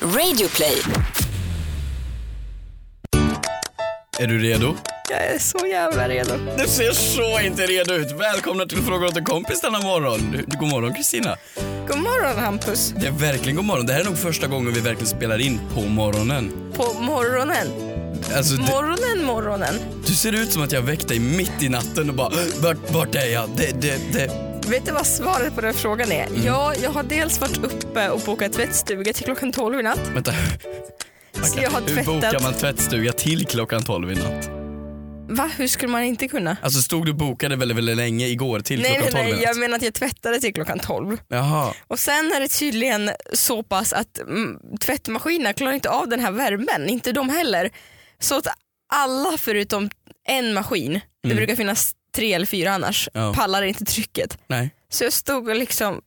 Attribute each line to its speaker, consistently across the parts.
Speaker 1: Radioplay.
Speaker 2: Är du redo?
Speaker 3: Jag är så jävla redo.
Speaker 2: Du ser så inte redo ut. Välkomna till Fråga åt en kompis denna morgon. Du- du- God morgon Kristina.
Speaker 3: God morgon Hampus.
Speaker 2: Det är verkligen god morgon. Det här är nog första gången vi verkligen spelar in på morgonen.
Speaker 3: På morgonen.
Speaker 2: Alltså, det,
Speaker 3: Morgonen, morgonen.
Speaker 2: du ser ut som att jag väckte dig mitt i natten och bara vart, vart är jag? Det, det, det.
Speaker 3: Vet du vad svaret på den frågan är?
Speaker 2: Mm.
Speaker 3: Ja, jag har dels varit uppe och bokat tvättstuga till klockan 12 i natt.
Speaker 2: Vänta.
Speaker 3: Så jag har
Speaker 2: Hur bokar
Speaker 3: tvättat.
Speaker 2: man tvättstuga till klockan 12 i natt?
Speaker 3: Va? Hur skulle man inte kunna?
Speaker 2: Alltså stod du bokade väldigt, väldigt länge igår till
Speaker 3: Nej, nej,
Speaker 2: klockan 12
Speaker 3: nej,
Speaker 2: i
Speaker 3: jag
Speaker 2: natt?
Speaker 3: menar att jag tvättade till klockan 12.
Speaker 2: Jaha.
Speaker 3: Och sen är det tydligen så pass att mm, tvättmaskinerna klarar inte av den här värmen, inte de heller. Så att alla förutom en maskin, det
Speaker 2: Mm.
Speaker 3: brukar finnas tre eller fyra annars,
Speaker 2: Ja.
Speaker 3: pallar inte trycket.
Speaker 2: Nej.
Speaker 3: Så jag stod och liksom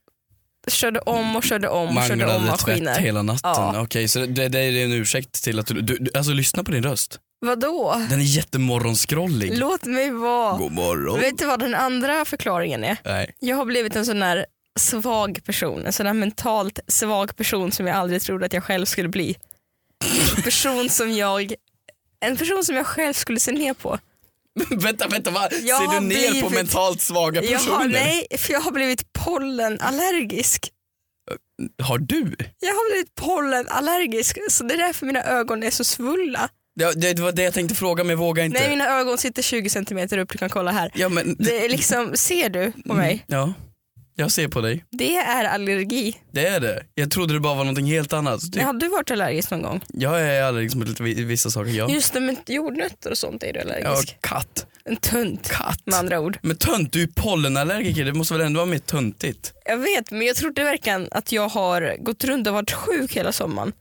Speaker 3: körde om och körde om och körde om
Speaker 2: Manglade tvätt
Speaker 3: maskiner.
Speaker 2: hela natten. Okej,
Speaker 3: Ja.
Speaker 2: så det, det är en ursäkt till att du, du, du... Alltså lyssna på din röst.
Speaker 3: Vadå?
Speaker 2: Den är jättemorgonskrollig.
Speaker 3: Låt mig vara.
Speaker 2: God morgon.
Speaker 3: Vet du vad den andra förklaringen är?
Speaker 2: Nej.
Speaker 3: Jag har blivit en sån där svag person, en sån där mentalt svag person som jag aldrig trodde att jag själv skulle bli. En person som jag, en person som jag själv skulle se ner på.
Speaker 2: vänta, vänta, va?
Speaker 3: Jag
Speaker 2: Ser
Speaker 3: har
Speaker 2: du ner på
Speaker 3: blivit-
Speaker 2: mentalt svaga
Speaker 3: Jag
Speaker 2: personer?
Speaker 3: har, nej, för jag har blivit pollenallergisk.
Speaker 2: Har du?
Speaker 3: Jag har blivit pollenallergisk så det är därför mina ögon är så svulla.
Speaker 2: Ja, det, det var det jag tänkte fråga men jag vågar inte.
Speaker 3: Nej mina ögon sitter 20 centimeter upp, du kan kolla här.
Speaker 2: Ja, men...
Speaker 3: Det är liksom, ser du på mig?
Speaker 2: Ja, jag ser på dig.
Speaker 3: Det är allergi.
Speaker 2: Det är det. Jag trodde det bara var någonting helt annat. Typ,
Speaker 3: Har du varit allergisk någon gång?
Speaker 2: Jag är allergisk mot lite vi- vissa saker. Ja.
Speaker 3: Just det, men jordnötter och sånt är du
Speaker 2: Ja,
Speaker 3: allergisk.
Speaker 2: katt.
Speaker 3: En tunt
Speaker 2: Katt.
Speaker 3: med andra ord.
Speaker 2: Men tönt, du är ju pollenallergiker. Det måste väl ändå vara mer töntigt?
Speaker 3: Jag vet men jag trodde verkligen att jag har gått runt och varit sjuk hela sommaren.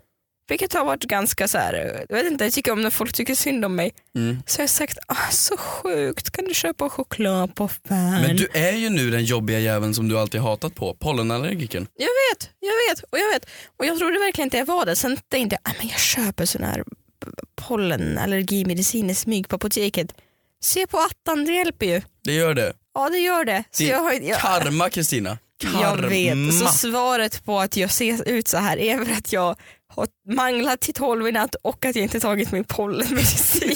Speaker 3: Vilket har varit ganska så här, jag vet inte, jag tycker om när folk tycker synd om mig.
Speaker 2: Mm.
Speaker 3: Så jag har sagt, ah, så sjukt, kan du köpa choklad på fan?
Speaker 2: Men du är ju nu den jobbiga jäveln som du alltid hatat på. Pollenallergikern.
Speaker 3: Jag vet, jag vet och jag vet. Och jag trodde verkligen inte jag var det. Sen tänkte jag, "Ah, men jag köper sån här p- pollenallergimedicin i smyg på apoteket. Se på attan, det hjälper ju.
Speaker 2: Det gör det.
Speaker 3: Ja det gör det. Så
Speaker 2: Det är
Speaker 3: jag, har, jag,
Speaker 2: Karma Kristina.
Speaker 3: jag vet. Så
Speaker 2: Karma.
Speaker 3: svaret på att jag ser ut så här är väl att jag har manglat till tolv i natt och att jag inte tagit min pollenmedicin.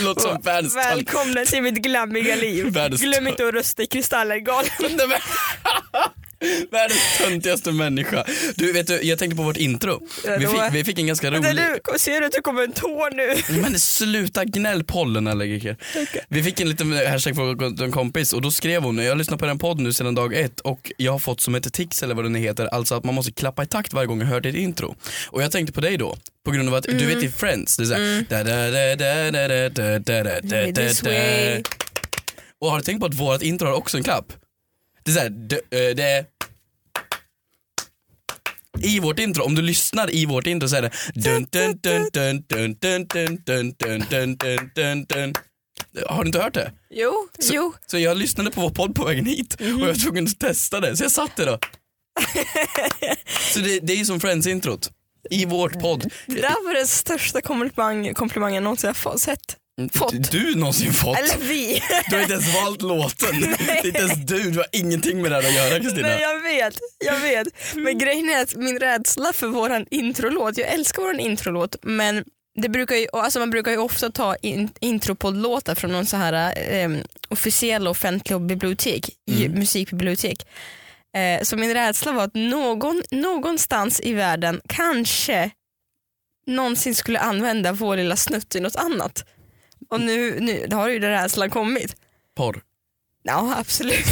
Speaker 2: Låter som Alltså, världens tant.
Speaker 3: Välkomna till mitt glammiga liv.
Speaker 2: Världens
Speaker 3: Glöm
Speaker 2: tönt.
Speaker 3: inte att rösta i Kristallergalan.
Speaker 2: Nej, men- Världens töntigaste människa. Du, vet du, jag tänkte på vårt intro.
Speaker 3: Ja,
Speaker 2: Vi
Speaker 3: då-
Speaker 2: fick, vi fick en ganska rolig...
Speaker 3: Du, ser du att det kommer en tår nu?
Speaker 2: Men sluta gnäll pollenallergiker. Vi fick en liten hashtag från en kompis och då skrev hon, jag har lyssnat på den podden nu sedan dag ett och jag har fått som ett tics eller vad den heter, alltså att man måste klappa i takt varje gång jag hör ditt intro. Och jag tänkte på dig då, på grund av att du vet i Friends, det är såhär... da, da, da, da, da, da, da, da, da, da,
Speaker 3: It is
Speaker 2: da.
Speaker 3: way.
Speaker 2: Och har du tänkt på att vårt intro har också en klapp? Det är såhär, d- ö, eh, det i vårt intro, om du lyssnar i vårt intro så är det dun, dun, dun, dun, dun, dun, dun, dun, dun, dun, dun, dun, dun. Har du inte hört det?
Speaker 3: Jo, jo.
Speaker 2: Så jag lyssnade på vår podd på vägen hit och
Speaker 3: Mm-hmm.
Speaker 2: jag var tvungen att testa det, så jag satt där då. så det, det är ju som Friends-introt. I vårt podd.
Speaker 3: Det där var den största komplimang, komplimangen jag någonsin har fått- sett. Fått.
Speaker 2: Du någonsin fått.
Speaker 3: Eller vi.
Speaker 2: Du har inte ens valt låten. Det är inte ens du, du har ingenting med det här att göra Kristina.
Speaker 3: Nej, jag vet, jag vet. Men grejen är att min rädsla för våran introlåt, jag älskar våran introlåt men det brukar ju, alltså man brukar ju ofta ta in, intropodlåtar från någon så här eh, officiell och offentlig bibliotek, i musikbibliotek. Eh, så min rädsla var att någon, någonstans i världen kanske någonsin skulle använda vår lilla snutt i något annat. Och nu, nu har ju den rädslan kommit.
Speaker 2: Porr.
Speaker 3: Ja absolut.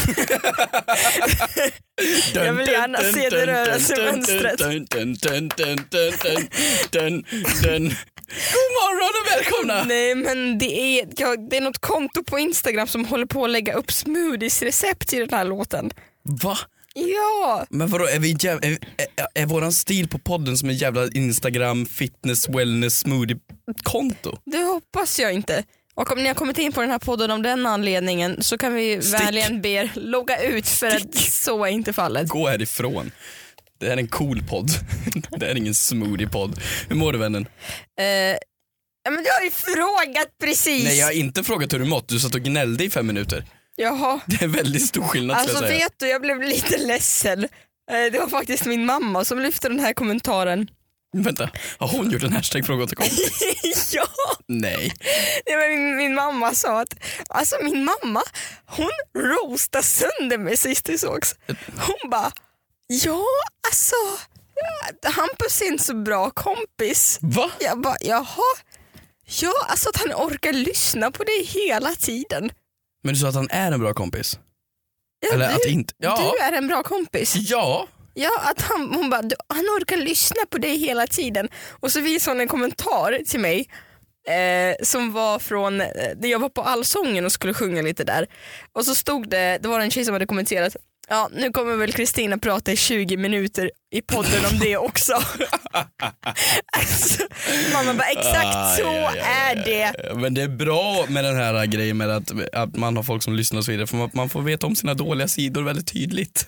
Speaker 2: Dun,
Speaker 3: Jag vill gärna
Speaker 2: dun,
Speaker 3: se
Speaker 2: dun,
Speaker 3: det röra
Speaker 2: dun,
Speaker 3: sig i
Speaker 2: dun,
Speaker 3: mönstret.
Speaker 2: dun, dun, dun, dun, dun, dun, dun, dun. God morgon och välkomna!
Speaker 3: Nej men det är, ja, det är något konto på Instagram som håller på att lägga upp smoothies-recept i den här låten.
Speaker 2: Va?
Speaker 3: Ja!
Speaker 2: Men vadå, är, vi jäv... är, är, är våran stil på podden som en jävla Instagram fitness wellness smoothie konto?
Speaker 3: Det hoppas jag inte. Och om ni har kommit in på den här podden av den anledningen så kan vi
Speaker 2: Stick.
Speaker 3: vänligen be er logga ut för att så är inte fallet.
Speaker 2: Gå härifrån. Det här är en cool podd. Det här är ingen smoothie podd. Hur mår du vännen?
Speaker 3: Eh, ja, men du har ju frågat precis!
Speaker 2: Nej jag har inte frågat hur du mått, du satt och gnällde i fem minuter.
Speaker 3: Jaha.
Speaker 2: Det är väldigt stor skillnad skulle
Speaker 3: Alltså
Speaker 2: jag säga.
Speaker 3: vet du, jag blev lite ledsen. Eh, Det var faktiskt min mamma som lyfte den här kommentaren.
Speaker 2: Vänta, har hon gjort en hashtag fråga till kompis?
Speaker 3: ja,
Speaker 2: Nej.
Speaker 3: det var min, min mamma sa att alltså min mamma hon roastade sönder mig sist vi sågs. Hon bara, ja alltså Hampus är inte så bra kompis.
Speaker 2: Va?
Speaker 3: Jag bara, jaha? Ja, alltså att han orkar lyssna på dig hela tiden.
Speaker 2: Men du sa att han är en bra kompis?
Speaker 3: Ja,
Speaker 2: Eller
Speaker 3: du,
Speaker 2: att inte? Ja.
Speaker 3: du är en bra kompis.
Speaker 2: Ja.
Speaker 3: Ja, att han, hon bara, du, han orkar lyssna på dig hela tiden. Och så visade hon en kommentar till mig eh, som var från, eh, där jag var på Allsången och skulle sjunga lite där. Och så stod det, det var en tjej som hade kommenterat, ja nu kommer väl Kristina prata i 20 minuter i podden om det också. alltså, mamma bara, exakt så
Speaker 2: Aj, aj, aj,
Speaker 3: är det.
Speaker 2: Men det är bra med den här grejen med att, att man har folk som lyssnar och så vidare för man, man får veta om sina dåliga sidor väldigt tydligt.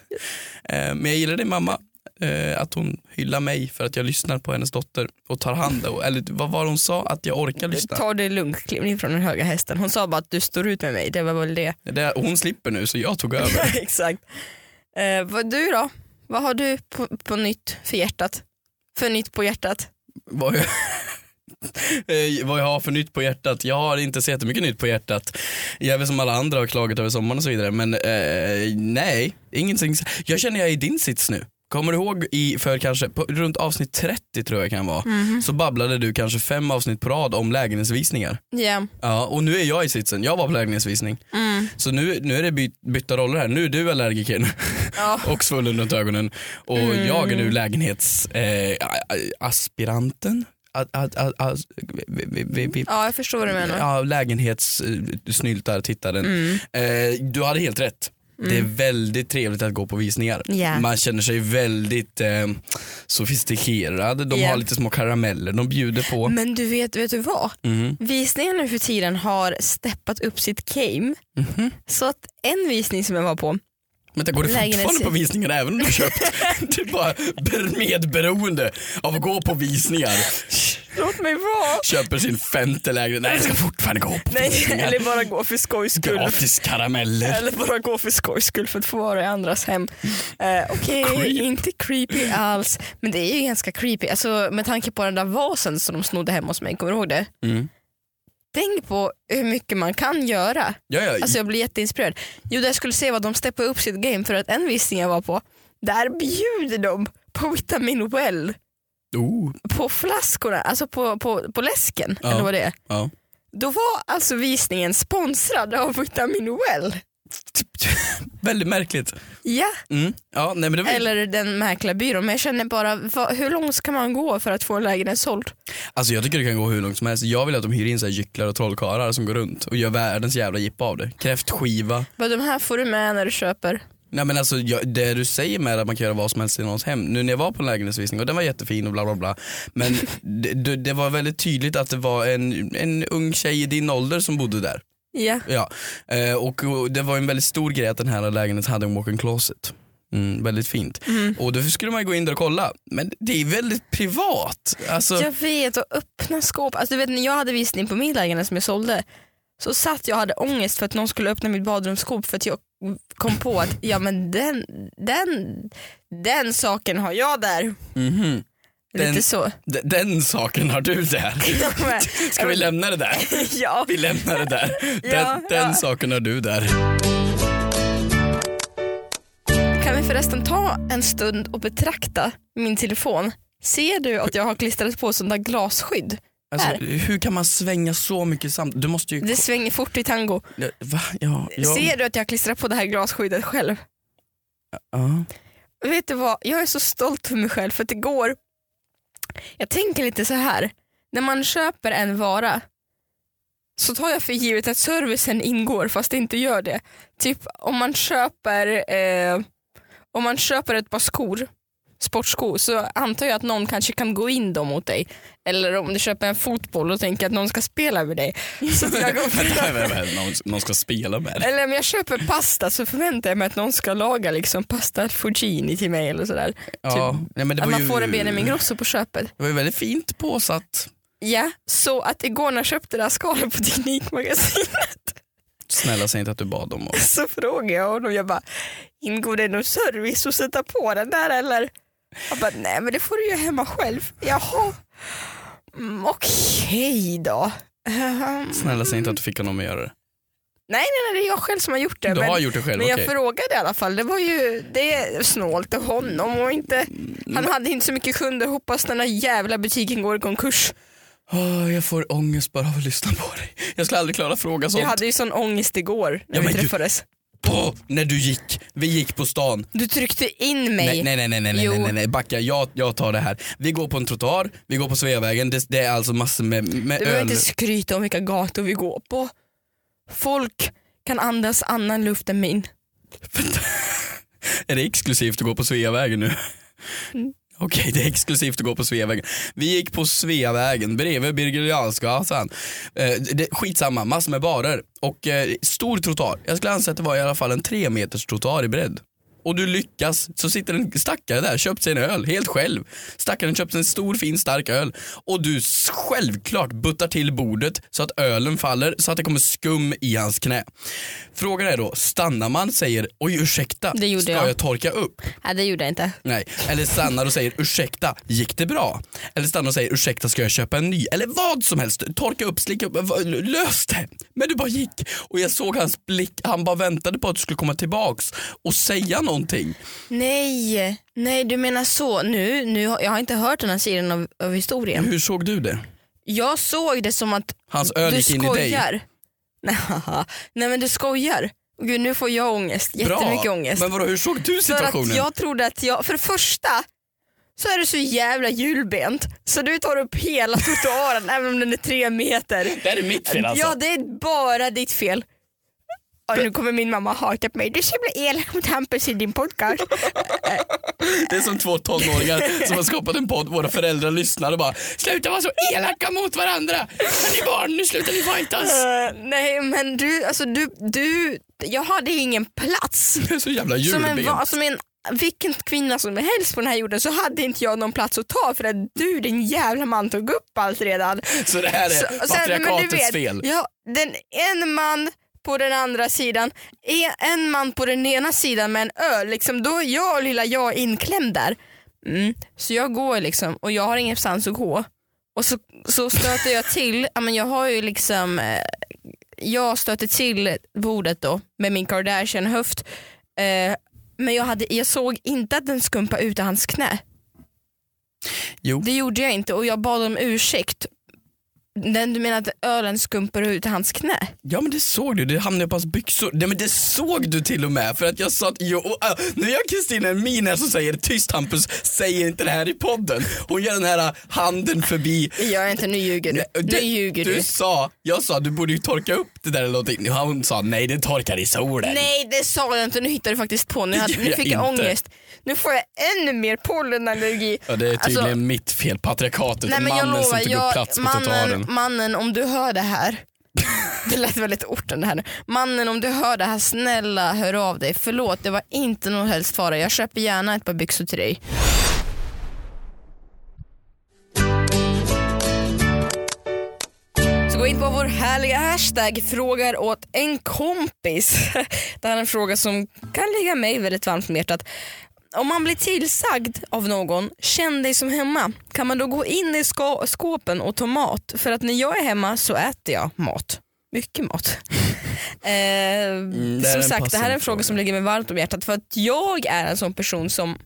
Speaker 2: Eh, men jag gillar det mamma, eh, att hon hyllar mig för att jag lyssnar på hennes dotter och tar hand om, eller vad var det hon sa, att jag orkar lyssna.
Speaker 3: Ta det lugnt, kliv ner från den höga hästen. Hon sa bara att du står ut med mig, det var väl det.
Speaker 2: Det, hon slipper nu så jag tog över.
Speaker 3: Exakt. Eh, vad du då? Vad har du på, på nytt för hjärtat? För nytt på hjärtat?
Speaker 2: vad jag, Eh, vad jag har för nytt på hjärtat. Jag har inte så jättemycket nytt på hjärtat. Jag är väl som alla andra har klagat över sommaren och så vidare. Men eh, nej, ingenting. Jag känner jag är i din sits nu. Kommer du ihåg i, för kanske, på, runt avsnitt 30 tror jag kan vara, så babblade du kanske fem avsnitt på rad om lägenhetsvisningar.
Speaker 3: Ja.
Speaker 2: Ja, och nu är jag i sitsen. Jag var på lägenhetsvisning. Så nu, nu är det by, bytta roller här. Nu är du allergikern
Speaker 3: Ja.
Speaker 2: och svullen runt ögonen och
Speaker 3: Mm.
Speaker 2: jag är nu lägenhetsaspiranten. Eh, aspiranten? A- a- a- a- vi- vi- vi- vi-
Speaker 3: ja, jag förstår vad du menar. Mm.
Speaker 2: Ja, lägenhetssnyltar, tittaren. Eh, du hade helt rätt. Det är väldigt trevligt att gå på visningar.
Speaker 3: Ja.
Speaker 2: Man känner sig väldigt eh, sofistikerad. De
Speaker 3: Ja.
Speaker 2: har lite små karameller de bjuder på.
Speaker 3: Men du vet, vet du vad?
Speaker 2: Mhm.
Speaker 3: Visningen nu för tiden har steppat upp sitt game.
Speaker 2: Mhm.
Speaker 3: Så att en visning som jag var på,
Speaker 2: Men det går du
Speaker 3: Lägenhets-
Speaker 2: fortfarande på visningar även om du köpt? du är bara ber- medberoende av att gå på visningar.
Speaker 3: låt mig vara.
Speaker 2: Köper sin femte lägenhet. Nej, jag ska fortfarande gå på
Speaker 3: Nej,
Speaker 2: visningar.
Speaker 3: eller bara gå för skojs skull.
Speaker 2: Gratis karameller.
Speaker 3: Eller bara gå för skojs skull för att få vara i andras hem. Eh, Okej,
Speaker 2: Creep.
Speaker 3: inte creepy alls. Men det är ju ganska creepy. Alltså, med tanke på den där vasen som de snodde hem hos mig, kommer du ihåg det?
Speaker 2: Mm.
Speaker 3: Tänk på hur mycket man kan göra.
Speaker 2: Ja, ja.
Speaker 3: Alltså jag blir jätteinspirerad. Jo, där jag skulle se vad de steppade upp sitt game för att en visning jag var på, där bjuder de på vitamin well
Speaker 2: Oh,
Speaker 3: på flaskorna, alltså på, på, på läsken.
Speaker 2: Ja.
Speaker 3: Eller vad det är.
Speaker 2: ja.
Speaker 3: Då var alltså visningen sponsrad av vitamin well.
Speaker 2: Väldigt märkligt.
Speaker 3: Ja.
Speaker 2: Mm. Ja, nej, men det var...
Speaker 3: Eller den mäklarbyrån. Men jag känner bara, va, hur långt ska man gå för att få en lägenhet såld?
Speaker 2: alltså, jag tycker det kan gå hur långt som helst. Jag vill att de hyr in så här gycklar och trollkarlar som går runt och gör världens jävla jippa av det. Kräftskiva.
Speaker 3: Vad de här får du med när du köper.
Speaker 2: Nej men alltså jag, det du säger med att man kan göra vad som helst i någons hem. Nu när jag var på en lägenhetsvisning och den var jättefin och bla bla bla. Men det, det, det var väldigt tydligt att det var en, en ung tjej i din ålder som bodde där.
Speaker 3: Ja.
Speaker 2: Ja. Eh, och, och det var en väldigt stor grej att den här lägenheten hade en walk-in closet. Mm, väldigt fint. Och då skulle man ju gå in där och kolla. Men det är väldigt privat. Alltså,
Speaker 3: Jag vet, och öppna skåp. Alltså, du vet, när jag hade visning på min lägenhet som jag sålde så satt jag och hade ångest för att någon skulle öppna mitt badrumsskåp för att jag kom på att ja, men den, den, den saken har jag där.
Speaker 2: mhm. Den-
Speaker 3: Lite så.
Speaker 2: D- den saken har du där. Ska vi lämna det där?
Speaker 3: ja.
Speaker 2: Vi lämnar det där. Den,
Speaker 3: Ja, ja.
Speaker 2: den saken har du där.
Speaker 3: Kan vi förresten ta en stund och betrakta min telefon? Ser du att jag har klistrat på sånt där glasskydd?
Speaker 2: Alltså,
Speaker 3: Här.
Speaker 2: hur kan man svänga så mycket samtidigt? Du måste ju...
Speaker 3: Det svänger fort i tango.
Speaker 2: Va? Ja, ja.
Speaker 3: Ser du att jag klistrar på det här glasskyddet själv?
Speaker 2: ja.
Speaker 3: Vet du vad, jag är så stolt för mig själv för att det går. Jag tänker lite så här. När man köper en vara så tar jag för givet att servicen ingår fast det inte gör det. Typ om man köper, eh, om man köper ett par skor, sportskor, så antar jag att någon kanske kan gå in dem åt dig. Eller om du köper en fotboll och tänker att någon ska spela med dig. Så att jag går
Speaker 2: Vänta,
Speaker 3: fram.
Speaker 2: vänta, vänta. Någon, någon ska spela med det.
Speaker 3: Eller om jag köper pasta så förväntar jag mig att någon ska laga liksom pasta fuggini till mig eller sådär. Typ.
Speaker 2: Ja, nej, men det
Speaker 3: Att
Speaker 2: var
Speaker 3: man
Speaker 2: ju,
Speaker 3: får en Benjamin Grosso på köpet.
Speaker 2: Det var ju väldigt fint påsatt.
Speaker 3: Ja, så att igår när jag köpte det här skalet på Teknikmagasinet
Speaker 2: Snälla säg inte att du bad om och...
Speaker 3: Så frågade jag honom, jag bara, ingår det någon service att sätta på den där eller? Han bara, nej men det får du göra hemma själv. Jaha, mm, okej då. Ehm,
Speaker 2: Snälla säg inte att du fick honom att göra det.
Speaker 3: nej nej nej, det är jag själv som har gjort det.
Speaker 2: Du
Speaker 3: men
Speaker 2: har gjort det själv,
Speaker 3: men jag
Speaker 2: okej.
Speaker 3: frågade i alla fall, det var ju det är snålt av honom och inte, han hade inte så mycket kunder, hoppas den där jävla butiken går i konkurs.
Speaker 2: Åh, jag får ångest bara av att lyssna på dig. Jag skulle aldrig klara att fråga sånt.
Speaker 3: Jag hade ju sån ångest igår när
Speaker 2: Ja,
Speaker 3: vi
Speaker 2: men du-
Speaker 3: träffades.
Speaker 2: På, när du gick, vi gick på stan.
Speaker 3: Du tryckte in mig.
Speaker 2: Nej nej nej nej nej, nej,
Speaker 3: Jo.
Speaker 2: nej, nej. backa jag, jag tar det här. Vi går på en trottoar, vi går på Sveavägen, det, det är alltså massor med, med
Speaker 3: Du behöver
Speaker 2: öl.
Speaker 3: inte skryta om vilka gator vi går på. Folk kan andas annan luft än min.
Speaker 2: Är det exklusivt att gå på Sveavägen nu? Okej, det är exklusivt att gå på Sveavägen. Vi gick på Sveavägen bredvid Birger Jarlsgatan. Eh, det- skitsamma, massor med barer och eh, stor trottoar. Jag skulle anse att det var i alla fall en tre meters trottoar i bredd. Och du lyckas, så sitter en stackare där, köpt sig en öl helt själv. Stackaren köpte en stor fin stark öl och du s- självklart buttar till bordet så att ölen faller så att det kommer skum i hans knä. Frågan är då, stannar man säger oj ursäkta,
Speaker 3: Det gjorde
Speaker 2: ska
Speaker 3: jag.
Speaker 2: jag torka upp?
Speaker 3: Nej det gjorde jag inte.
Speaker 2: Nej, eller stannar och säger ursäkta, gick det bra? Eller stannar och säger ursäkta, ska jag köpa en ny? Eller vad som helst, torka upp, slicka upp, v- lös det! Men du bara gick och jag såg hans blick, han bara väntade på att du skulle komma tillbaks och säga någonting.
Speaker 3: Nej, nej du menar så. Nu, nu, jag har inte hört den här sidan av, av historien.
Speaker 2: Hur såg du det?
Speaker 3: Jag såg det som att
Speaker 2: Hans öl
Speaker 3: du
Speaker 2: gick in i dig.
Speaker 3: skojar. Nej, haha. nej men du skojar. Gud nu får jag ångest, jättemycket
Speaker 2: Bra.
Speaker 3: ångest.
Speaker 2: Men vadå, hur såg du
Speaker 3: För att
Speaker 2: situationen?
Speaker 3: jag trodde att jag, för det första så är du så jävla hjulbent så du tar upp hela trottoaren även om den är tre meter.
Speaker 2: Det här är mitt fel alltså.
Speaker 3: Ja, det är bara ditt fel. Och nu kommer min mamma hata på mig. Du ska bli elak mot Hampus i din podcast.
Speaker 2: Det är som två tonåringar som har skapat en podd, våra föräldrar lyssnar och bara sluta vara så elaka mot varandra. Är ni barn, nu slutar ni fightas.
Speaker 3: Eh, nej, men du, alltså du, du, jag hade ingen plats.
Speaker 2: Det är så jävla
Speaker 3: Som en,
Speaker 2: julben.
Speaker 3: va- alltså- som en, vilken kvinna som helst på den här jorden så hade inte jag någon plats att ta för att du din jävla man tog upp allt redan.
Speaker 2: Så det här är
Speaker 3: Så- och sen- men du
Speaker 2: patriarkatets
Speaker 3: vet,
Speaker 2: fel.
Speaker 3: Ja, den, en man på den andra sidan, en, en man på den ena sidan med en öl, liksom, då är jag och lilla jag inklämd där. Mm. Så jag går liksom och jag har ingenstans att gå. Och så, så stöter jag till, ja, men jag har ju liksom, eh, jag stöter till bordet då med min Kardashian höft. Eh, men jag, hade, jag såg inte att den skumpade ut i hans knä.
Speaker 2: Jo.
Speaker 3: Det gjorde jag inte och jag bad om ursäkt. Den, du menar att ölen skumpar ut i hans knä?
Speaker 2: Ja men det såg du, det hamnade på hans byxor. Nej men det såg du till och med för att jag sa att jo, och, äh, nu gör Kristina en min här som säger tyst Hampus, säg inte det här i podden. Hon gör den här äh, handen förbi. Äh,
Speaker 3: Det gör jag inte, nu ljuger du. nu ljuger du.
Speaker 2: du sa, jag sa du borde ju torka upp det där eller någonting. Hon sa nej det torkar i solen.
Speaker 3: Nej det sa jag inte, nu hittade du faktiskt på. Nu,
Speaker 2: Det
Speaker 3: hade,
Speaker 2: gör
Speaker 3: nu
Speaker 2: jag
Speaker 3: fick jag
Speaker 2: inte.
Speaker 3: ångest. Nu får jag ännu mer pollenallergi.
Speaker 2: Ja, det är tydligen
Speaker 3: Alltså,
Speaker 2: mitt fel, patriarkatet,
Speaker 3: Nej, men jag
Speaker 2: mannen
Speaker 3: lovar,
Speaker 2: som tog upp
Speaker 3: jag,
Speaker 2: plats på
Speaker 3: mannen,
Speaker 2: trottoaren.
Speaker 3: mannen om du hör det här. Det lät väldigt orten det här nu. Mannen om du hör det här, snälla hör av dig. Förlåt, det var inte någon helst fara. Jag köper gärna ett par byxor till dig. Så gå in på vår härliga hashtag frågar åt en kompis. Det här är en fråga som kan ligga mig väldigt varmt om hjärtat. Om man blir tillsagd av någon, känn dig som hemma. Kan man då gå in i ska- skåpen och ta mat? För att när jag är hemma så äter jag mat. Mycket mat.
Speaker 2: det är
Speaker 3: eh,
Speaker 2: en
Speaker 3: som sagt, det här är
Speaker 2: passande
Speaker 3: en fråga som
Speaker 2: fråga.
Speaker 3: ligger mig varmt om hjärtat för att jag är en sån person som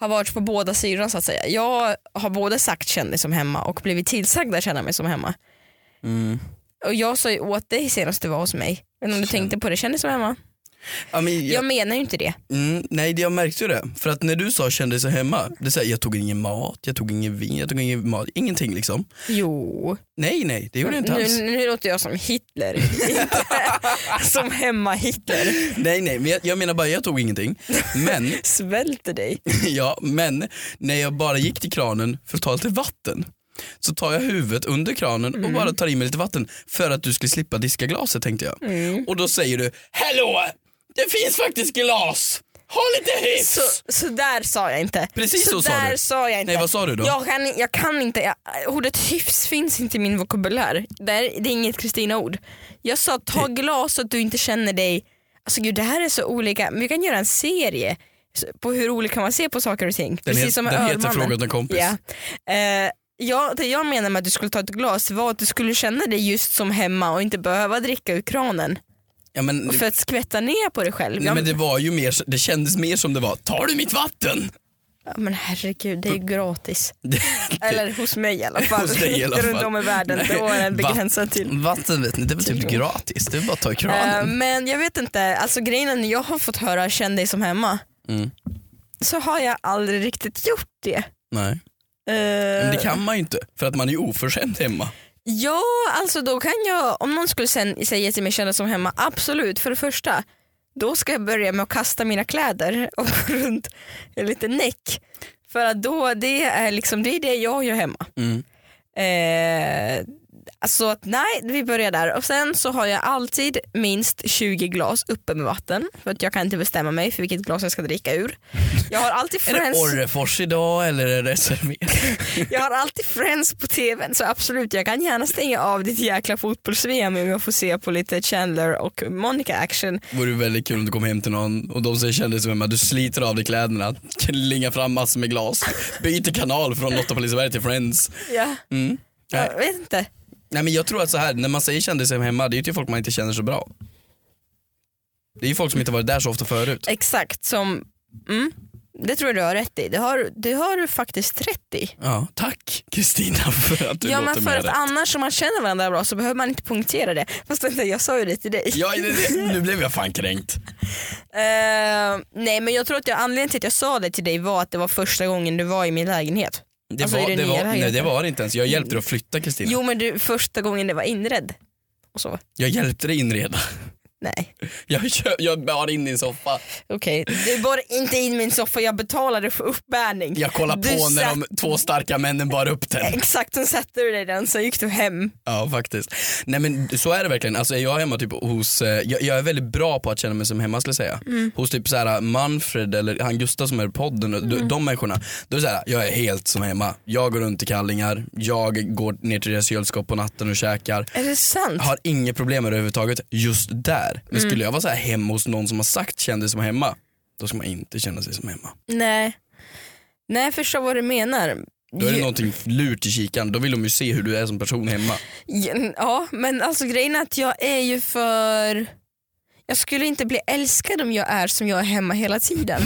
Speaker 3: har varit på båda sidorna så att säga. Jag har både sagt känn dig som hemma och blivit tillsagd att känna mig som hemma. Och jag sa ju åt dig senast du var hos mig. Men om du tänkte på det, kändes som hemma.
Speaker 2: Ja, men jag-
Speaker 3: Jag menar ju inte det.
Speaker 2: Mm, nej, det- jag märkte ju det. För att när du sa kände dig så hemma, det är så här, jag tog ingen mat, jag tog ingen vin, jag tog ingen mat, ingenting liksom.
Speaker 3: Jo.
Speaker 2: Nej, nej, det gjorde jag inte
Speaker 3: Nu,
Speaker 2: alls.
Speaker 3: nu låter jag som Hitler. Inte som hemma-Hitler.
Speaker 2: Nej, nej, men jag, jag menar bara jag tog ingenting. Men,
Speaker 3: Svälter dig.
Speaker 2: ja, men när jag bara gick till kranen för att ta lite vatten så tar jag huvudet under kranen och
Speaker 3: Mm.
Speaker 2: bara tar i mig lite vatten för att du skulle
Speaker 3: Mm.
Speaker 2: slippa diska glaset tänkte jag. Och då säger du, hallå, det finns faktiskt glas. Ha lite hyfs!
Speaker 3: Så, så där sa jag inte.
Speaker 2: Precis så sa
Speaker 3: där
Speaker 2: du.
Speaker 3: sa jag inte.
Speaker 2: Nej vad sa du då?
Speaker 3: Jag kan, jag kan inte, jag, ordet hyfs finns inte i min vokabulär. Där, det är inget Kristina-ord. Jag sa ta glas så att du inte känner dig, alltså gud det här är så olika, vi kan göra en serie på hur olika man ser på saker och ting.
Speaker 2: den
Speaker 3: Precis
Speaker 2: het-
Speaker 3: som med
Speaker 2: den heter
Speaker 3: ölmannen.
Speaker 2: fråga åt en kompis.
Speaker 3: Ja. Eh, ja, det jag menar med att du skulle ta ett glas var att du skulle känna dig just som hemma och inte behöva dricka ur kranen.
Speaker 2: Ja, men,
Speaker 3: Och för att skvätta ner på dig själv.
Speaker 2: nej, men det var ju mer, det kändes mer som det var, tar du mitt vatten?
Speaker 3: ja, men herregud, det är ju gratis.
Speaker 2: Det-
Speaker 3: Eller hos mig i alla fall.
Speaker 2: Hos dig i alla
Speaker 3: Runt
Speaker 2: fall.
Speaker 3: om i världen, då är den
Speaker 2: Va-
Speaker 3: begränsad till.
Speaker 2: Vatten vet ni, det är väl
Speaker 3: Mm.
Speaker 2: typ gratis, det är bara att ta i
Speaker 3: Eh,
Speaker 2: kranen.
Speaker 3: men jag vet inte, alltså grejen är när jag har fått höra känn dig som hemma
Speaker 2: Mm.
Speaker 3: så har jag aldrig riktigt gjort det.
Speaker 2: Nej.
Speaker 3: Eh,
Speaker 2: Men det kan man ju inte, för att man är ju oförskämd hemma.
Speaker 3: Ja, alltså då kan jag, om någon skulle sen säga till mig känna som hemma, absolut, för det första, då ska jag börja med att kasta mina kläder och gå runt lite näck. För att då, det är liksom, det är det jag gör hemma.
Speaker 2: Mm.
Speaker 3: Eh, alltså att nej, vi börjar där. Och sen så har jag alltid minst 20 glas uppe med vatten. För att jag kan inte bestämma mig för vilket glas jag ska dricka ur. Jag har alltid
Speaker 2: Är det
Speaker 3: friends,
Speaker 2: Orrefors idag eller är det SME?
Speaker 3: jag har alltid friends på tvn så absolut jag kan gärna stänga av ditt jäkla fotbolls-VM om jag får se på lite Chandler och Monica action.
Speaker 2: Vore väldigt kul om du kom hem till någon och de säger kändes som hemma, du sliter av dig kläderna, klingar fram massor med glas, byter kanal från Lotta på Liseberg till Friends.
Speaker 3: Ja,
Speaker 2: Mm. Nej.
Speaker 3: jag vet inte.
Speaker 2: Nej men jag tror att så här när man säger kändis hemma, det är ju till folk man inte känner så bra. Det är ju folk som inte varit där så ofta förut.
Speaker 3: Exakt som, mm, det tror jag du har rätt i. Det har, det har du faktiskt rätt i.
Speaker 2: Ja, tack Kristina för att du
Speaker 3: ja
Speaker 2: låter
Speaker 3: men för
Speaker 2: mig
Speaker 3: att
Speaker 2: rätt.
Speaker 3: annars om man känner varandra bra så behöver man inte punktera det. Fast vänta jag sa ju det till dig.
Speaker 2: Ja, det, det, nu blev jag fan kränkt.
Speaker 3: Eh, nej men jag tror att jag, anledningen till att jag sa det till dig var att det var första gången du var i min lägenhet.
Speaker 2: Det,
Speaker 3: Alltså,
Speaker 2: var,
Speaker 3: är
Speaker 2: det,
Speaker 3: det nya
Speaker 2: var, nej,
Speaker 3: lägenhet?
Speaker 2: det var det inte ens, jag hjälpte dig att flytta Kristina.
Speaker 3: Jo men du, första gången det var inredd. Och så.
Speaker 2: Jag hjälpte dig inreda.
Speaker 3: Nej
Speaker 2: Jag, kö- jag bar in din soffa.
Speaker 3: okej, du bar inte in min soffa, jag betalade för uppbärning.
Speaker 2: Jag kollade
Speaker 3: Du
Speaker 2: på när
Speaker 3: satt-
Speaker 2: de två starka männen bar upp den.
Speaker 3: Exakt, sen satte du dig i den sen gick du hem.
Speaker 2: Ja faktiskt. Nej men så är det verkligen. Alltså, är jag hemma typ hos, eh, jag, jag är väldigt bra på att känna mig som hemma skulle jag säga.
Speaker 3: Mm.
Speaker 2: Hos typ såhär Manfred eller han Gustav som är i podden, och
Speaker 3: Mm.
Speaker 2: de, de människorna. Då är det såhär, jag är helt som hemma. Jag går runt i kallingar, jag går ner till deras kylskåp på natten och käkar.
Speaker 3: Är det sant?
Speaker 2: Har inga problem med det överhuvudtaget just där. Men
Speaker 3: Mm.
Speaker 2: skulle jag vara så här hemma hos någon som har sagt känn dig som hemma, då ska man inte känna sig som hemma.
Speaker 3: Nej. Nej jag förstår vad du menar.
Speaker 2: Då är det
Speaker 3: Ju-
Speaker 2: någonting lurt i kikaren, då vill de ju se hur du är som person hemma.
Speaker 3: Ja men alltså grejen är att jag är ju för... Jag skulle inte bli älskad om jag är som jag är hemma hela tiden.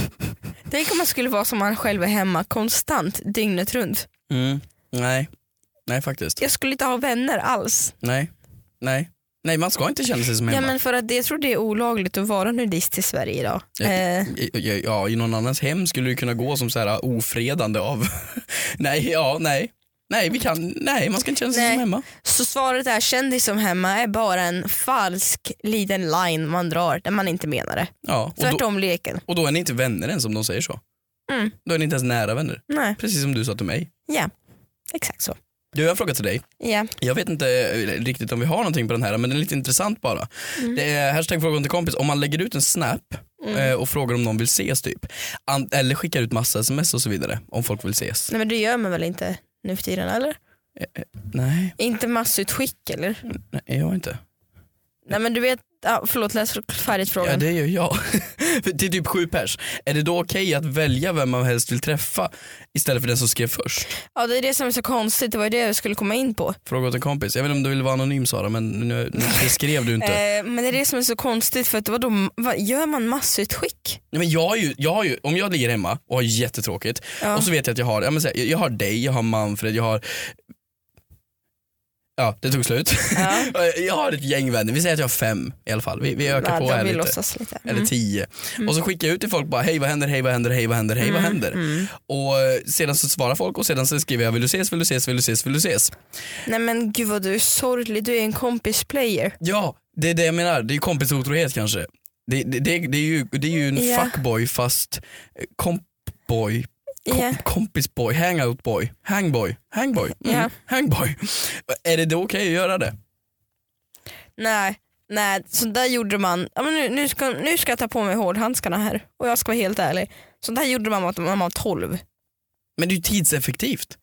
Speaker 3: Tänk om man skulle vara som man själv är hemma konstant dygnet runt.
Speaker 2: Nej. Nej faktiskt.
Speaker 3: Jag skulle inte ha vänner alls.
Speaker 2: Nej. Nej. Nej, man ska inte känna sig som
Speaker 3: Ja,
Speaker 2: hemma.
Speaker 3: men för att jag tror det är olagligt att vara nudist i Sverige idag. Eh,
Speaker 2: I- Ja, ja, i någon annans hem skulle du kunna gå som så här ah, ofredande av... nej, ja, nej. Nej, vi kan, nej, man ska inte känna sig
Speaker 3: Nej.
Speaker 2: som hemma.
Speaker 3: så svaret är kändis som hemma är bara en falsk liten line man drar där man inte menar det.
Speaker 2: Ja, och, då,
Speaker 3: Tvärtom leken.
Speaker 2: och då är ni inte vänner ens om de säger så.
Speaker 3: Mm.
Speaker 2: Då är ni inte ens nära vänner.
Speaker 3: Nej,
Speaker 2: Precis som du sa till mig.
Speaker 3: ja. Exakt så.
Speaker 2: Du, jag har en fråga till dig.
Speaker 3: Ja.
Speaker 2: Jag vet inte eh, riktigt om vi har någonting på den här men den är lite intressant bara. Det är hashtag frågan till kompis, om man lägger ut en snap eh, och frågar om någon vill ses typ. An- eller skickar ut massa sms och så vidare om folk vill ses.
Speaker 3: Nej men det gör man väl inte nu för tiden eller?
Speaker 2: Nej.
Speaker 3: Inte massutskick eller?
Speaker 2: Nej, jag har inte.
Speaker 3: Nej men du vet, ja, förlåt läs färdigt
Speaker 2: Ja,
Speaker 3: frågan.
Speaker 2: det gör jag. För det är typ sju pers. Är det då okej att välja vem man helst vill träffa istället för den som skrev först?
Speaker 3: Ja det är det som är så konstigt, det var ju det jag skulle komma in på.
Speaker 2: Fråga åt en kompis. Jag vet inte om du vill vara anonym Sara, men nu, nu, det skrev du inte.
Speaker 3: Eh, men det är det som är så konstigt för att vadå, vad, gör man massutskick?
Speaker 2: Nej, men jag, har ju, jag har ju, om jag ligger hemma och har jättetråkigt
Speaker 3: Ja.
Speaker 2: och så vet jag att jag har, ja, men, så här, jag, jag har dig, jag har Manfred, jag har Ja, det tog slut.
Speaker 3: Ja.
Speaker 2: jag har ett gäng vänner, vi säger att jag har fem i alla fall. Vi, vi ökar
Speaker 3: Ja,
Speaker 2: på
Speaker 3: då
Speaker 2: här
Speaker 3: vi
Speaker 2: lite.
Speaker 3: låtsas lite. Mm.
Speaker 2: Eller tio. Och så skickar jag ut till folk bara, hej vad händer, hej vad händer, hej vad händer, hej vad händer.
Speaker 3: Mm.
Speaker 2: Och eh, sedan så svarar folk och sedan så skriver jag vill du ses, vill du ses, vill du ses, vill du ses.
Speaker 3: Nej men gud vad du är sorglig, du är en kompis player.
Speaker 2: Ja, det är det jag menar. Det är ju kompisotrohet kanske. Det, det, det, det, är, ju, det är ju en
Speaker 3: Ja.
Speaker 2: fuckboy fast eh, kompboy, kom,
Speaker 3: Ja.
Speaker 2: kompisboy, hangoutboy, hangboy, hangboy, mm,
Speaker 3: Ja.
Speaker 2: hangboy. Är det då okej att göra det?
Speaker 3: Nej. Nej, så där gjorde man, ja, men nu, nu, ska, nu ska jag ta på mig hårdhandskarna här och jag ska vara helt ärlig. Så där gjorde man när man var 12.
Speaker 2: Men det är ju tidseffektivt.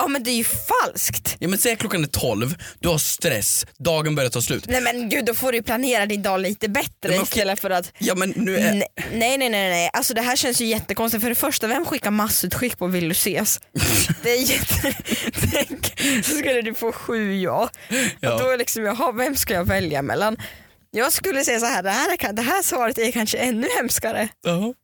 Speaker 3: Ja men det är ju falskt.
Speaker 2: Ja men säg att klockan är 12, du har stress, dagen börjar ta slut.
Speaker 3: Nej men gud då får du ju planera din dag lite bättre
Speaker 2: Men okej. Äh.
Speaker 3: istället för att
Speaker 2: Ja men nu är...
Speaker 3: Nej nej nej nej, nej. alltså det här känns ju jättekonstigt. För det första, vem skickar massutskick på vill du ses? det är jätte... Tänk, så skulle du få sju ja. Och då
Speaker 2: Ja.
Speaker 3: är liksom, jaha vem ska jag välja mellan? Jag skulle säga så här, det här, kan- det här svaret är kanske ännu hemskare.
Speaker 2: Jaha.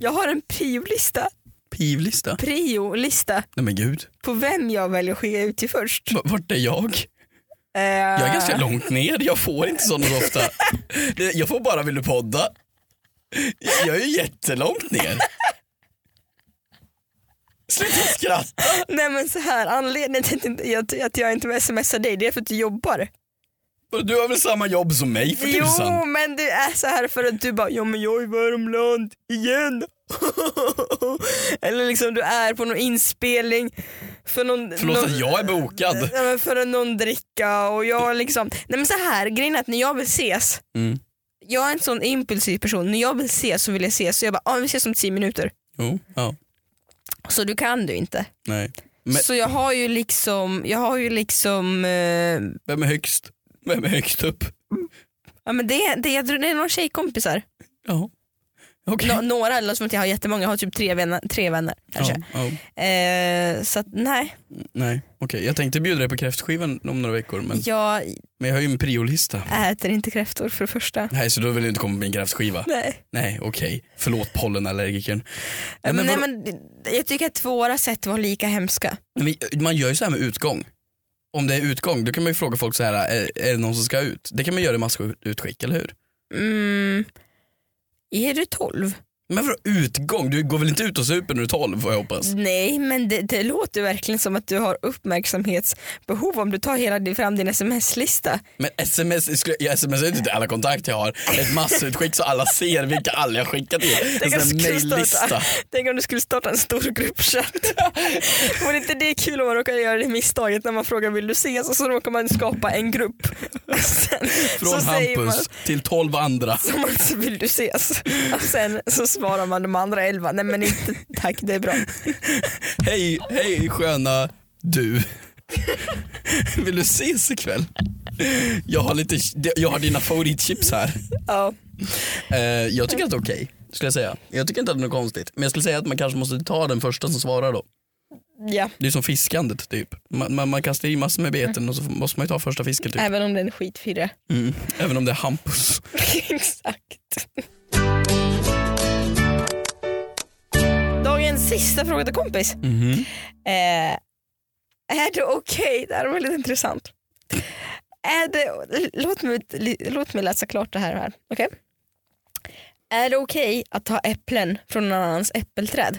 Speaker 3: Jag har en priolista,
Speaker 2: Pivlista.
Speaker 3: priolista
Speaker 2: Nej men gud.
Speaker 3: på vem jag väljer att skicka ut till först. Eh,
Speaker 2: V- Vart är jag? Jag är
Speaker 3: Ah.
Speaker 2: ganska långt ner, jag får inte sådana så ofta. Det- Jag får bara vill du podda. Jag är ju jättelångt ner. Sluta skratta.
Speaker 3: Nej men så här, anledningen till att inte- att, att jag inte smsar dig det är för att du jobbar.
Speaker 2: Du har väl samma jobb som mig för tusan?
Speaker 3: Jo men du är så här för att du bara, ja men jag är i Värmland igen. Eller liksom du är på någon inspelning för någon,
Speaker 2: Förlåt
Speaker 3: någon,
Speaker 2: att jag är bokad.
Speaker 3: Nej, men för någon dricka och jag liksom, nej men så här grejen är att när jag vill ses,
Speaker 2: Mm.
Speaker 3: jag är en sån impulsiv person, när jag vill ses så vill jag ses så jag bara, ah, vi ses om tio minuter.
Speaker 2: Jo, ja.
Speaker 3: Så du kan du inte.
Speaker 2: Nej. Men
Speaker 3: Så jag har ju liksom, jag har ju liksom eh,
Speaker 2: vem är högst? Vem är högst upp?
Speaker 3: ja, men det, det, jag tror det är några tjejkompisar.
Speaker 2: Ja. Okej.
Speaker 3: Nå, några, eller som att jag har jättemånga, jag har typ tre vänner. Tre vänner kanske.
Speaker 2: Ja, ja.
Speaker 3: Eh, så att, nej,
Speaker 2: Nej, okej. Jag tänkte bjuda dig på kräftskivan om några veckor men,
Speaker 3: jag
Speaker 2: men jag har ju en priolista.
Speaker 3: äter inte kräftor för det första.
Speaker 2: Nej, så då vill du inte komma på min kräftskiva?
Speaker 3: Nej.
Speaker 2: Nej, okej. Förlåt pollenallergikern.
Speaker 3: Nej, men,
Speaker 2: vadå-
Speaker 3: jag tycker att våra sätt var lika hemska.
Speaker 2: Nej, men man gör ju så här med utgång. Om det är utgång, då kan man ju fråga folk så här, är, är det någon som ska ut? Det kan man göra i massutskick, eller hur?
Speaker 3: Mm. Är du 12?
Speaker 2: Men vadå utgång? Du går väl inte ut och super när du är 12 får jag hoppas?
Speaker 3: Nej men det, det låter verkligen som att du har uppmärksamhetsbehov om du tar hela din, fram din sms-lista.
Speaker 2: Men sms, skulle- jag smsar inte till alla kontakter jag har. Ett massutskick så alla ser vilka alla jag skickat till. Alltså, En sån
Speaker 3: Tänk om du
Speaker 2: här
Speaker 3: skulle
Speaker 2: mejllista.
Speaker 3: starta- Tänk om du skulle starta en stor gruppchatt. Vore inte det kul om man råkar göra det misstaget när man frågar vill du ses och så råkar man skapa en grupp. Och Sen,
Speaker 2: Från
Speaker 3: säger
Speaker 2: Hampus till 12 andra.
Speaker 3: Man, som att vill du ses? Och sen så svarar man de andra elva, nej men inte tack det är bra.
Speaker 2: Hej, hej sköna du. Vill du ses ikväll? Jag har, lite, jag har dina favoritchips här.
Speaker 3: Ja.
Speaker 2: Eh, jag tycker att det är okej, skulle jag säga. Jag tycker inte att det är något konstigt. Men jag skulle säga att man kanske måste ta den första som svarar då.
Speaker 3: ja,
Speaker 2: Det är som fiskandet typ. Man, man, man kastar i massor med beten och så måste man ju ta första fisken typ.
Speaker 3: även om det är en skitfirre.
Speaker 2: Mm. Även om det är Hampus.
Speaker 3: Exakt. Dagens sista fråga till kompis.
Speaker 2: Mm-hmm.
Speaker 3: Eh, är det okej? Det här var lite intressant. Är det, l- låt, mig, låt mig läsa klart det här. här. okej? Är det okej att ta äpplen från någon annans äppelträd?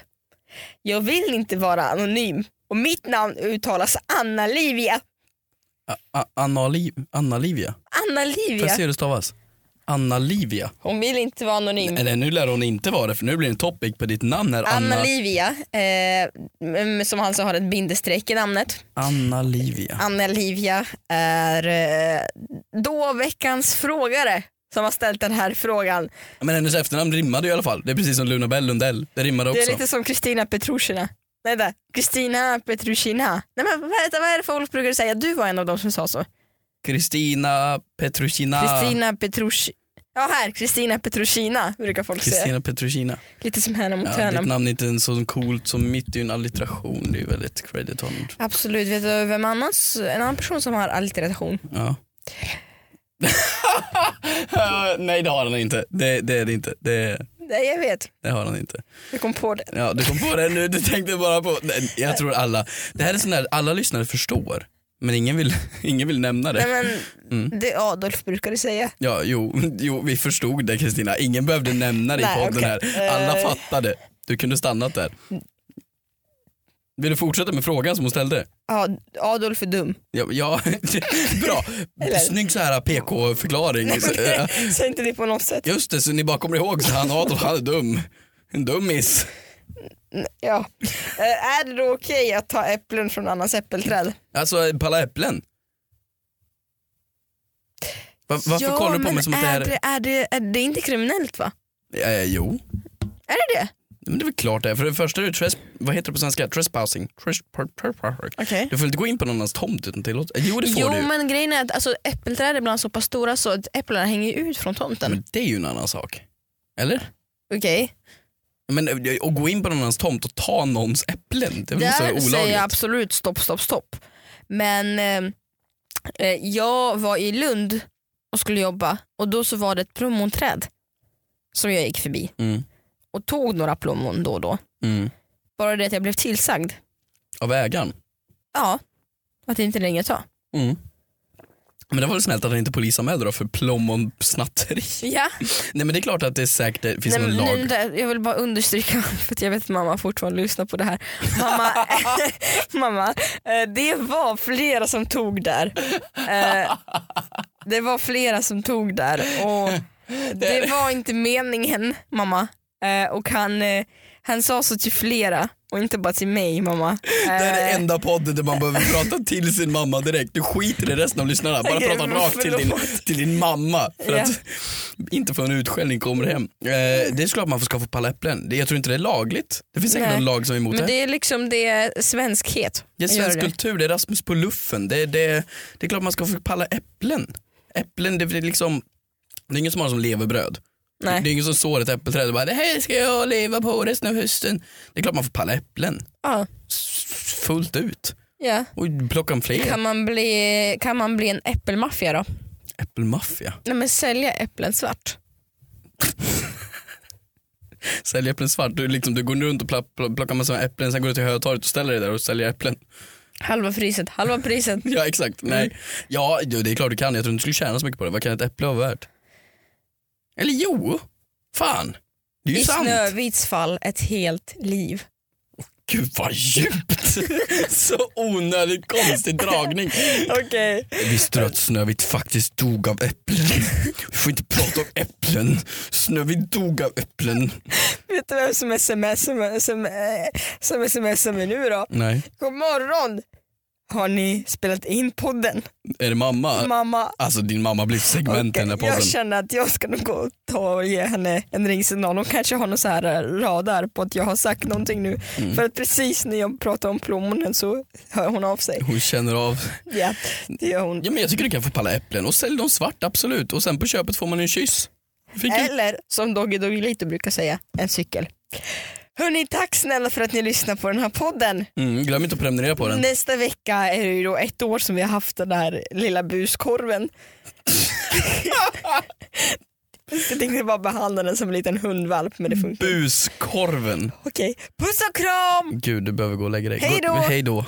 Speaker 3: Jag vill inte vara anonym och mitt namn uttalas Anna-Livia.
Speaker 2: A- A- Anna-Liv- Anna-Livia. Får jag
Speaker 3: Anna-Livia.
Speaker 2: se hur det stavas? Anna-Livia.
Speaker 3: Hon vill inte vara anonym.
Speaker 2: Eller nu lär hon inte vara det för nu blir det en topic på ditt namn här. Anna-
Speaker 3: Anna-Livia, eh, m- som alltså har ett bindestreck i namnet.
Speaker 2: Anna-Livia.
Speaker 3: Anna-Livia är eh, då veckans frågare som har ställt den här frågan.
Speaker 2: Men hennes efternamn rimmade ju i alla fall. Det är precis som Luna Bell Lundell. Det rimmade
Speaker 3: Det
Speaker 2: också.
Speaker 3: är lite som Kristina Petrushina. Nej, vänta. Kristina Petrushina. Nej, men vänta, vad är det för folk brukar säga? Du var en av dem som sa så.
Speaker 2: Kristina Petrushina.
Speaker 3: Kristina Petrush... Ja, här. Kristina Petrushina brukar folk säga.
Speaker 2: Kristina Petrushina.
Speaker 3: Lite som Hanna
Speaker 2: Ja,
Speaker 3: Montana.
Speaker 2: ditt namn är inte ens så coolt som mitt, det är ju en allitteration. Det är ju väldigt credit honored.
Speaker 3: Absolut. Vet du vem annars, en annan person som har alliteration?
Speaker 2: Ja. Eh, Nej det har han inte. Det, det är det inte. Det,
Speaker 3: Nej, jag vet.
Speaker 2: det har han inte.
Speaker 3: Jag kom på det.
Speaker 2: Ja, du kom på det nu, du tänkte bara på. Nej, Jag tror alla, det här är sån där, alla lyssnare förstår. Men ingen vill, ingen vill nämna det.
Speaker 3: Nej, men
Speaker 2: Mm.
Speaker 3: det Adolf brukade säga.
Speaker 2: Ja, jo, jo, vi förstod det Kristina. Ingen behövde nämna det i
Speaker 3: Nej,
Speaker 2: podden
Speaker 3: okej.
Speaker 2: här. Alla
Speaker 3: Eh.
Speaker 2: fattade. Du kunde stannat där. Vill du fortsätta med frågan som hon ställde?
Speaker 3: Ad- Adolf är dum.
Speaker 2: Ja, ja bra.
Speaker 3: Eller?
Speaker 2: Snygg så här PK-förklaring. Eh,
Speaker 3: Säg inte det på något sätt.
Speaker 2: Just det, så ni bara kommer ihåg så han Adolf, han är dum. En dummis.
Speaker 3: Ja. Eh, är det då okej att ta äpplen från annans äppelträd?
Speaker 2: Alltså palla äpplen. Va, varför
Speaker 3: ja,
Speaker 2: kollar du på
Speaker 3: men
Speaker 2: mig som att det här
Speaker 3: är det, är det, är det inte kriminellt va?
Speaker 2: Eh, jo.
Speaker 3: Är det det?
Speaker 2: Men det är väl klart det är. För det första är det tresp- vad heter det på svenska? Trespassing. Tresp-
Speaker 3: Okej.
Speaker 2: Du får inte gå in på någon annans tomt utan tillåtelse. Jo det får
Speaker 3: Jo
Speaker 2: du. ju.
Speaker 3: men grejen är att alltså, äppelträd är ibland så pass stora så att äpplena hänger ju ut från tomten.
Speaker 2: Men det är ju en annan sak. Eller?
Speaker 3: Okej,
Speaker 2: Men eh, att gå in på någon annans tomt och ta någons äpplen, det är väl så
Speaker 3: där
Speaker 2: olagligt?
Speaker 3: säger jag absolut stopp, stopp, stopp. Men eh, eh, jag var i Lund och skulle jobba och då så var det ett plommonträd som jag gick förbi
Speaker 2: Mm.
Speaker 3: och tog några plommon då och då.
Speaker 2: Mm.
Speaker 3: Bara det att jag blev tillsagd,
Speaker 2: Av ägaren?
Speaker 3: ja, att inte längre ta.
Speaker 2: Mm. Men det var väl snällt att han inte polisanmälde då för plommonsnatteri?
Speaker 3: Ja.
Speaker 2: Nej men det är klart att det säkert det finns någon
Speaker 3: men
Speaker 2: lag.
Speaker 3: nu, där- jag vill bara understryka, för att jag vet att mamma fortfarande lyssnar på det här. Mamma, mamma eh, det var flera som tog där. Eh, Det var flera som tog där och det var inte meningen mamma. Eh, Och han, eh, han sa så till flera och inte bara till mig mamma.
Speaker 2: Det här är
Speaker 3: Eh,
Speaker 2: den enda podden där man behöver prata till sin mamma direkt. Du skiter i resten av lyssnarna. Bara
Speaker 3: Okej,
Speaker 2: prata
Speaker 3: men
Speaker 2: rakt till din, till din mamma. För
Speaker 3: Ja.
Speaker 2: att inte få en utskällning kommer hem. Eh, det är såklart man får skaffa palla äpplen. Det- Jag tror inte det är lagligt. Det finns säkert
Speaker 3: Nej.
Speaker 2: någon lag som är emot
Speaker 3: Men
Speaker 2: det.
Speaker 3: det är liksom det är svenskhet.
Speaker 2: Det är
Speaker 3: att göra
Speaker 2: svensk
Speaker 3: det.
Speaker 2: kultur, det är Rasmus på luffen. Det, det, det är klart man ska få palla äpplen. Äpplen, det är liksom det är ingen som har det som levebröd.
Speaker 3: Nej.
Speaker 2: Det är ingen som sår ett äppelträd och bara det här ska jag leva på resten av hösten. Det är klart man får palla äpplen
Speaker 3: Ja.
Speaker 2: S- fullt ut
Speaker 3: Ja.
Speaker 2: och plocka en fler.
Speaker 3: Kan, man bli, kan man bli en äppelmaffia då?
Speaker 2: Äppelmaffia.
Speaker 3: Nej men sälja äpplen svart.
Speaker 2: Sälja äpplen svart. Du, liksom, du går runt och pla- pla- plockar massa äpplen, sen går du till Hötorget och ställer dig där och säljer äpplen.
Speaker 3: Halva priset, halva priset.
Speaker 2: Ja exakt,
Speaker 3: Mm.
Speaker 2: nej. Ja det det är klart du kan, jag tror inte du skulle tjäna så mycket på det. Vad kan ett äpple vara värt? Eller jo, fan. Det är ju
Speaker 3: I
Speaker 2: sant.
Speaker 3: Snövits fall ett helt liv.
Speaker 2: Gud vad djupt. så onödigt konstig dragning.
Speaker 3: Okej.
Speaker 2: Visste du att Snövit faktiskt dog av äpplen? Vi får inte prata om äpplen. Snövit dog av äpplen.
Speaker 3: Vet du vem som smsar som, eh, som smsar mig nu då?
Speaker 2: Nej,
Speaker 3: God morgon! Har ni spelat in podden?
Speaker 2: är det mamma?
Speaker 3: Mamma.
Speaker 2: Alltså din mamma blir segment i den här
Speaker 3: Okej, jag
Speaker 2: podden.
Speaker 3: känner att jag ska nog gå och ta och ge henne en ringsignal. Hon kanske har någon så här eh, radar på att jag har sagt någonting nu.
Speaker 2: Mm.
Speaker 3: För att precis när jag pratar om plommonen så hör hon av sig.
Speaker 2: Hon känner av.
Speaker 3: Ja, det gör hon.
Speaker 2: Ja, men jag tycker du kan få palla äpplen och sälj dem svart absolut och sen på köpet får man en kyss. Fick ju-
Speaker 3: Eller som Doggy Doggy Lito brukar säga, en cykel. Hörni, tack snälla för att ni lyssnar på den här podden.
Speaker 2: Mm, glöm inte att prenumerera på den.
Speaker 3: Nästa vecka är det ju då ett år som vi har haft den där lilla buskorven. Jag tänkte bara behandla den som en liten hundvalp men det funkar.
Speaker 2: Buskorven.
Speaker 3: Okej, puss och kram!
Speaker 2: Gud du behöver gå och lägga dig.
Speaker 3: Hej då!
Speaker 2: Gå- Hej då.